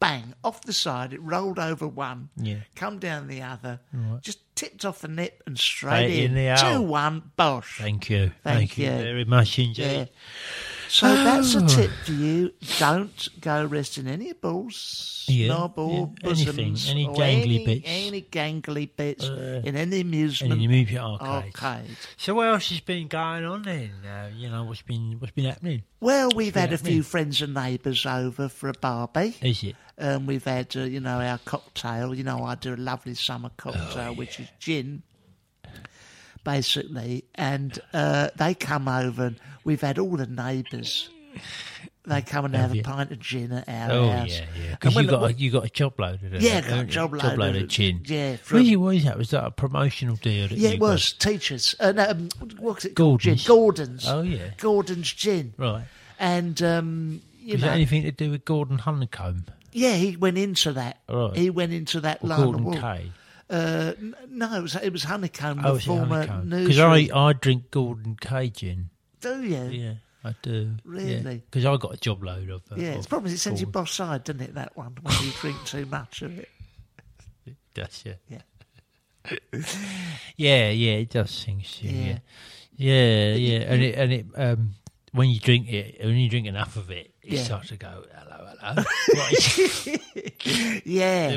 B: Bang, off the side, it rolled over one,
A: Yeah.
B: come down the other, just tipped off the nip and straight
A: Right in
B: in.
A: the
B: Two
A: hole.
B: one, bosh.
A: Thank you.
B: Thank
A: Thank you Oh.
B: you.
A: very much
B: Yeah.
A: indeed.
B: So that's a tip for you. Don't go resting any balls,
A: Yeah,
B: knob or
A: yeah,
B: bosoms,
A: anything, any
B: or
A: gangly
B: any,
A: bits. Uh,
B: any gangly bits in any amusement
A: And you move your arcade.
B: arcade.
A: So what else has been going on then? Uh, you know what's been what's been happening?
B: Well, we've had a
A: happening.
B: few friends and neighbours over for a barbie.
A: Is it?
B: Um, we've had, uh, you know, our cocktail. You know, I do a lovely summer
A: Oh,
B: cocktail, which is gin, basically. And uh, they come over, and we've had all the neighbours. They come and have, a pint of gin at our
A: Oh yeah,
B: house.
A: yeah.
B: And
A: Because
B: when
A: you got
B: the-
A: a, you got a job load of that.
B: Yeah, got a
A: haven't you?
B: job
A: job
B: load
A: load
B: of-
A: of chin.
B: yeah, from-
A: Really, what is that? Was that a promotional deal? That
B: yeah,
A: you
B: it was teachers. Uh, no, um, what's it called? Gin.
A: Gordon's.
B: Gordon's.
A: Oh, yeah.
B: Gordon's gin.
A: Got? Right.
B: And um, you
A: Is
B: know,
A: that anything to do with Gordon Honeycomb?
B: yeah, he went into that.
A: Right.
B: He went into that
A: Or
B: line of
A: Gordon
B: work.
A: Kay?
B: Uh, n- no, it was it was Honeycomb,
A: Oh,
B: the
A: is it
B: former
A: Honeycomb? Because I,
B: newsroom.
A: I drink Gordon Kay gin.
B: Do you? Yeah,
A: Yeah, I do.
B: Really?
A: Because I got a job load of. Uh,
B: it's
A: of
B: problem is it sends you
A: Gordon.
B: boss side, doesn't it? That one when you drink too much of it.
A: That's it.
B: Yeah.
A: yeah, yeah, it does things. Yeah, yeah,
B: Yeah.
A: yeah, yeah. and it and it um when you drink it, when you drink enough of it, it
B: Yeah.
A: starts to go hello, hello. what, is,
B: Yeah,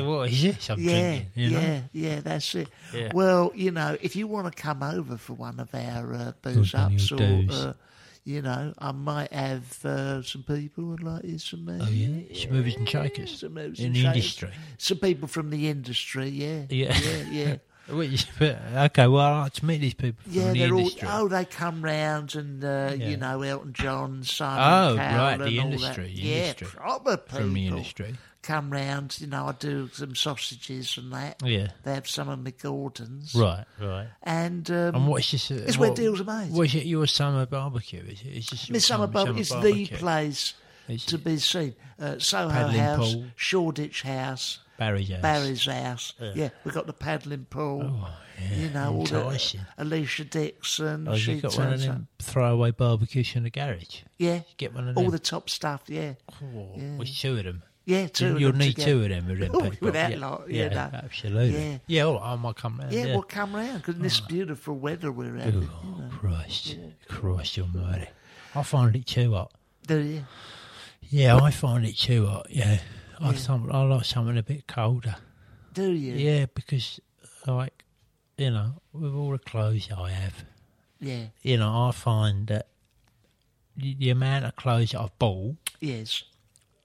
A: what is this I'm
B: yeah,
A: drinking? You know?
B: yeah, yeah. That's it.
A: Yeah.
B: Well, you know, if you want to come over for one of our uh, booze
A: Good on
B: ups,
A: your
B: or
A: do's.
B: uh, you know, I might have uh, some people would like you some. Uh,
A: Oh yeah, it's movers and shakers
B: Some moves
A: in
B: and
A: the
B: shakers.
A: industry.
B: Some people from the industry, yeah,
A: Yeah.
B: yeah, yeah.
A: What you- okay, well I like to meet these people from
B: Yeah,
A: the
B: they're
A: industry.
B: all. Oh, they come round and uh,
A: Yeah.
B: you know Elton John, Simon
A: Oh,
B: Cowell,
A: right,
B: and
A: the
B: all
A: industry,
B: That.
A: the
B: yeah,
A: industry.
B: proper people
A: From the industry.
B: come round. You know, I do some sausages and that.
A: Yeah.
B: they have some of my Gordons.
A: Right, right.
B: and um,
A: And what's this? uh,
B: It's where
A: what-
B: deals are made.
A: What is it? Your summer barbecue? Is it? Is this your
B: Miss Summer Bowl is the
A: barbecue?
B: place
A: Is
B: to
A: it?
B: be seen. Uh, Soho
A: Paddling
B: House,
A: pool.
B: Shoreditch House.
A: Barry's house.
B: Barry's house. Yeah, we've got the paddling pool. You know, all the,
A: Oh, enticing.
B: Alicia Dixon.
A: Oh,
B: she
A: you got one of
B: turns up.
A: them throwaway barbecues in the garage.
B: Yeah.
A: Get one of
B: All
A: them.
B: the top stuff, yeah.
A: Oh, Which two of them?
B: Yeah, two
A: You-
B: of
A: You'll
B: them
A: need
B: together.
A: two of them. with them
B: Oh,
A: people.
B: with that
A: yeah.
B: lot, you
A: yeah,
B: know.
A: absolutely.
B: Yeah.
A: Yeah, all right, I might come round.
B: Yeah,
A: Yeah,
B: well, come round, 'cause in this beautiful weather we're having.
A: oh, Christ, Christ Almighty! I find it too hot.
B: Do you?
A: Yeah, I find it too hot. Yeah, I some, I like something a bit colder.
B: Do you?
A: Yeah, because like you know, with all the clothes I have,
B: Yeah.
A: you know, I find that the the amount of clothes that I've bought
B: Yes.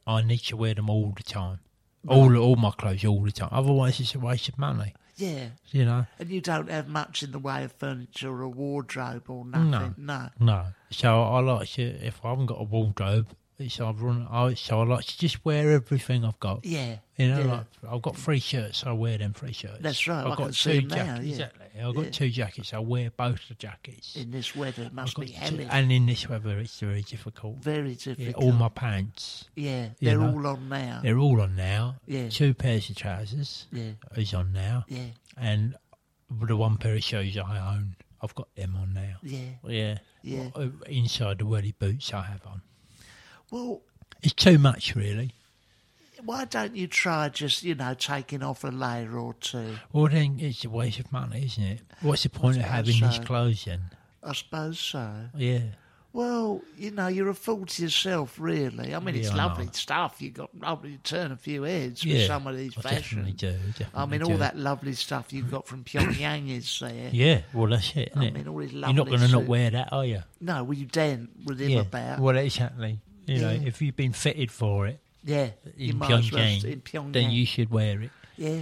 A: I need to wear them all the time. All all my clothes all the time. Otherwise, it's a waste of money.
B: Yeah.
A: You know.
B: And you don't have much in the way of furniture or wardrobe or nothing. No.
A: No. So I like to if I haven't got a wardrobe, it's I've run. I so I like to just wear everything I've got.
B: Yeah.
A: You know,
B: yeah.
A: like I've got three shirts, I wear them three shirts.
B: That's right,
A: I've
B: I
A: got
B: can
A: two
B: see 'em now,
A: jackets.
B: yeah.
A: Exactly. I've got two jackets. I wear both the jackets.
B: in this weather, it must
A: I've
B: be
A: got two-
B: hellish.
A: and in this weather, it's very difficult.
B: Very
A: Yeah,
B: difficult.
A: all my pants.
B: Yeah,
A: you
B: they're
A: know.
B: all on now.
A: They're all on now.
B: Yeah.
A: Two pairs of trousers.
B: Yeah.
A: Is on now.
B: Yeah.
A: And the one pair of shoes I own, I've got them on now.
B: Yeah.
A: Yeah.
B: Yeah.
A: Uh, Inside the welly boots I have on.
B: Well,
A: It's too much, really.
B: why don't you try just, you know, taking off a layer or two?
A: Well, then it's a waste of money, isn't it? What's the point of having these
B: so.
A: clothes then?
B: I suppose so.
A: Yeah.
B: Well, you know, you're a fool to yourself, really. I mean, it's
A: Yeah, I
B: lovely
A: know.
B: stuff. You got lovely turn a few heads
A: Yeah.
B: with some of these
A: I
B: fashion.
A: definitely do.
B: I mean,
A: definitely
B: all
A: do.
B: that lovely stuff you got from Pyongyang is there.
A: Yeah, well, that's it, isn't
B: I
A: it?
B: mean, all these
A: You're not
B: lovely
A: going to not
B: suit-
A: wear that, are you?
B: No, well, you daren't with him about.
A: Well, exactly. You know,
B: Yeah.
A: if you've been fitted for it
B: yeah,
A: in,
B: you might as well
A: Pyongyang,
B: stay in Pyongyang.
A: then you should wear it.
B: yeah.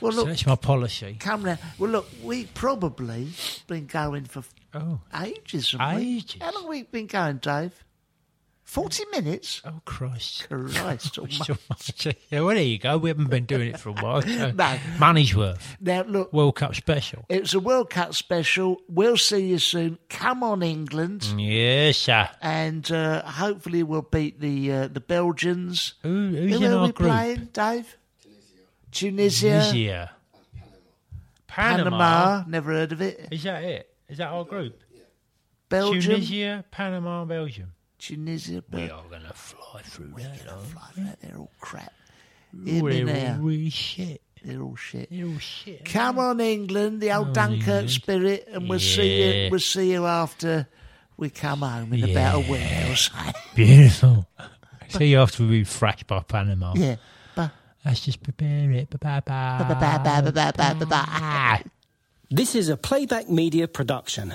B: Well,
A: So
B: look,
A: that's my policy.
B: come round. Well, look, we've probably been going for
A: Oh,
B: ages. haven't we?
A: Ages.
B: How long have we been going, Dave? Forty minutes.
A: Oh, Christ.
B: Christ almighty.
A: yeah, well, there you go. We haven't been doing it for a while. So.
B: No.
A: Money's worth.
B: Now look,
A: World Cup special.
B: it's a World Cup special. We'll see you soon. Come on, England,
A: Mm. Yes, sir.
B: and uh, hopefully we'll beat the uh, the Belgians.
A: Who, who's
B: Who
A: in
B: are
A: our
B: we
A: group?
B: playing, Dave? Tunisia.
A: Tunisia. Panama.
B: Panama. Never heard of it.
A: Is that it? Is that our group?
B: Belgium. Tunisia.
A: Tunisia, Panama, Belgium.
B: Bel-
A: We are going to fly through that. aren't
B: Like that, They're all crap.
A: we?
B: In
A: We're
B: there.
A: we shit.
B: They're all shit.
A: You're all shit.
B: Come on, England, the old Dunkirk spirit, and we'll see you.
A: Oh, Yeah.
B: We'll see you after we come home in about a week or so.
A: Beautiful. See you after we've been thrashed by Panama.
B: yeah. Bye.
A: Let's just prepare it. Bye bye
B: Bye. Bye. Bye. Bye. Bye. Bye. Bye. Bye.
A: bye.
D: This is a Playback Media production.